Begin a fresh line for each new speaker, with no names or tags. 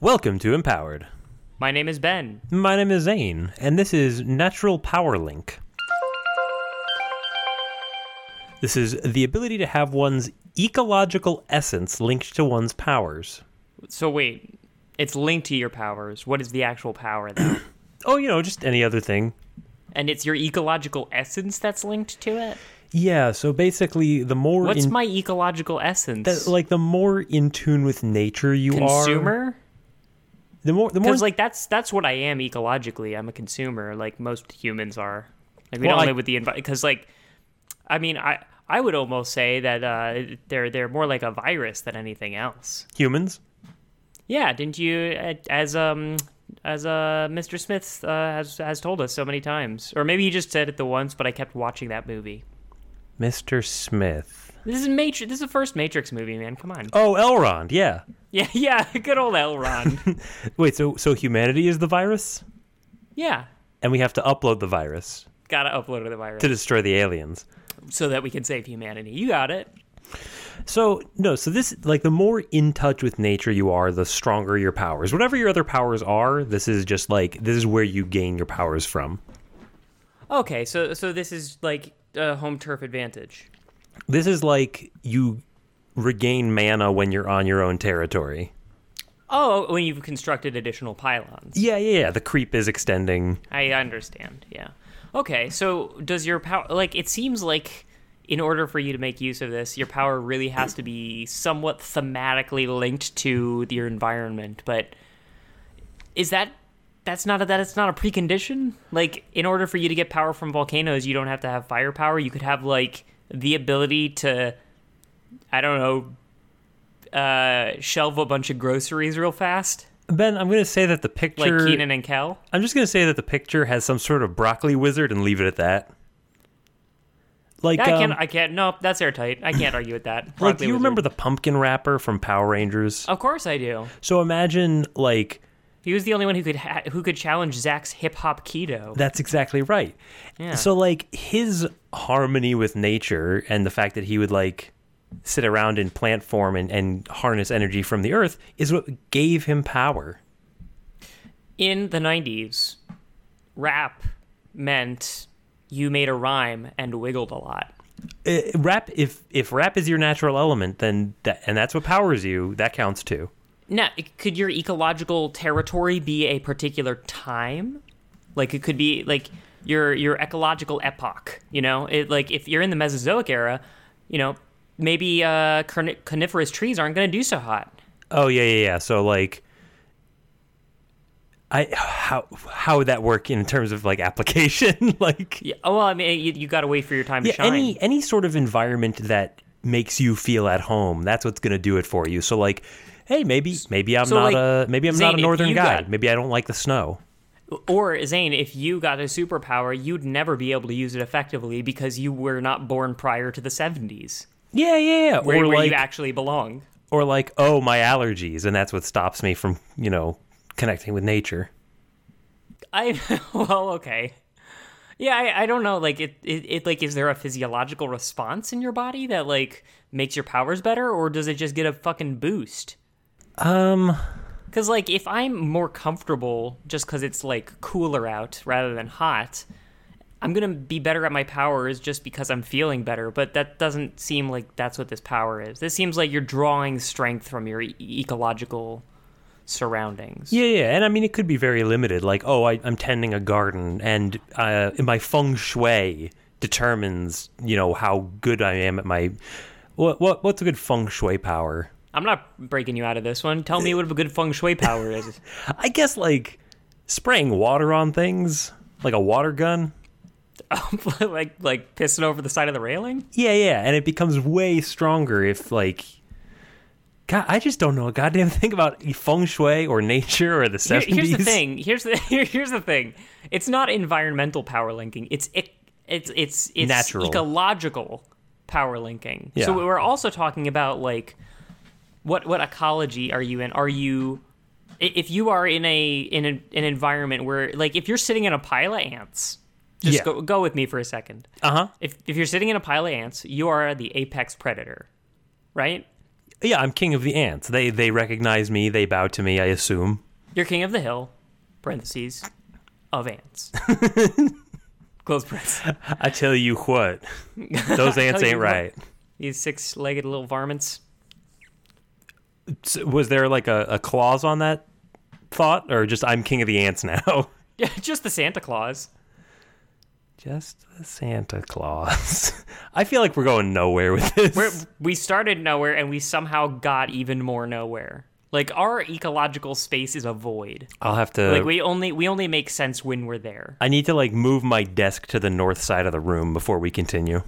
Welcome to Empowered.
My name is Ben.
My name is Zane, and this is Natural Power Link. This is the ability to have one's ecological essence linked to one's powers.
So wait, it's linked to your powers. What is the actual power though?
Oh, you know, just any other thing.
and it's your ecological essence that's linked to it?
Yeah, so basically, the more
What's
in,
my ecological essence?
that- like the more in tune with nature you are,
consumer?
the more the more
Cuz like that's that's what I am ecologically. I'm a consumer like most humans are. Like we
Well,
don't
I-
live with the environment cuz like I mean, I I would almost say that uh, they're they're more like a virus than anything else.
humans.
Yeah, didn't you uh, as um as uh Mr. Smith uh, has has told us so many times, or maybe he just said it the once, but I kept watching that movie.
Mr. Smith.
This is Matrix. This is the first Matrix movie, man. Come on.
Oh, Elrond. Yeah.
Yeah, yeah. Good old Elrond.
Wait. So so humanity is the virus,
yeah,
and we have to upload the virus
gotta upload the virus
to destroy the aliens.
so that we can save humanity. You got it.
So no, so this like the more in touch with nature you are, the stronger your powers. Whatever your other powers are, this is just like this is where you gain your powers from.
Okay, so so this is like uh, home turf advantage.
This is like you regain mana when you're on your own territory.
Oh, when you've constructed additional pylons.
Yeah, yeah, yeah. The creep is extending.
I understand. Yeah. Okay. So does your power like it seems like in order for you to make use of this, your power really has to be somewhat thematically linked to your environment, but is that that's not a that it's not a precondition? Like in order for you to get power from volcanoes, you don't have to have firepower. You could have like the ability to I don't know uh shelve a bunch of groceries real fast,
Ben, I'm gonna say that the
like
picture.
Keenan and Kel.
I'm just gonna say that the picture has some sort of broccoli wizard and leave it at that. Like,
I can't.
um,
I can't. No, that's airtight. I can't argue with that.
like
Broccoli
you remember
wizard.
the pumpkin wrapper from Power Rangers?
Of course, I do.
So imagine like
He was the only one who could ha- who could challenge Zach's hip hop keto.
That's exactly right.
Yeah.
So like his harmony with nature and the fact that he would like sit around in plant form and, and harness energy from the earth is what gave him power.
In the '90s, rap meant you made a rhyme and wiggled a lot.
Uh, rap if if rap is your natural element then that and that's what powers you, that counts too.
Now, could your ecological territory be a particular time? Like it could be like your your ecological epoch. You know, it, like if you're in the Mesozoic era, you know, maybe uh, carni- coniferous trees aren't going to do so hot.
Oh yeah, yeah, yeah. So like I how how would that work in terms of like application? like
Yeah. Oh, well, I mean, you, you got to wait for your time
yeah,
to shine.
any any sort of environment that makes you feel at home that's what's going to do it for you so like hey maybe maybe i'm
So,
not
like,
a maybe i'm not
Zane,
a
if
northern
you
guy
got-
maybe i don't like the snow
or Zane, if you got a superpower, you'd never be able to use it effectively because you were not born prior to the seventies,
yeah yeah, yeah.
where,
or
where
like
you actually belong.
or like oh my allergies and that's what stops me from you know connecting with nature
I well, okay. Yeah, I, I don't know. Like it, it, it, like is there a physiological response in your body that like makes your powers better, or does it just get a fucking boost?
um
Because like if I'm more comfortable just because it's like cooler out rather than hot, I'm gonna be better at my powers just because I'm feeling better. But that doesn't seem like that's what this power is. This seems like you're drawing strength from your e- ecological surroundings.
yeah yeah and i mean it could be very limited like oh I, i'm tending a garden and uh my feng shui determines you know how good i am at my what, what what's a good feng shui power
I'm not breaking you out of this one. Tell me what a good feng shui power is.
I guess like spraying water on things, like a water gun.
like like pissing over the side of the railing.
Yeah, yeah, and it becomes way stronger if like. God, I just don't know a goddamn thing about feng shui or nature or the
Here-
seventies.
here's the thing. Here's the here- here's the thing. It's not environmental power linking. It's ec- it's it's it's
Natural.
ecological power linking.
Yeah.
So we're also talking about like what what ecology are you in? Are you i- if you are in a in an an environment where like if you're sitting in a pile of ants, just
Yeah.
go go with me for a second.
Uh huh.
If if you're sitting in a pile of ants, you are the apex predator, right?
yeah, I'm king of the ants. They they recognize me. They bow to me. I assume.
You're king of the hill, parentheses, of ants. Close parentheses.
I tell you what, those ants
you
ain't
what.
right.
These six-legged little varmints.
So was there like a, a clause on that thought, or just I'm king of the ants now?
Yeah, just the Santa Claus.
Just the Santa Claus. I feel like we're going nowhere with this.
We're, we started nowhere and we somehow got even more nowhere. Like our ecological space is a void.
I'll have to.
Like we only we only make sense when we're there.
I need to like move my desk to the north side of the room before we continue.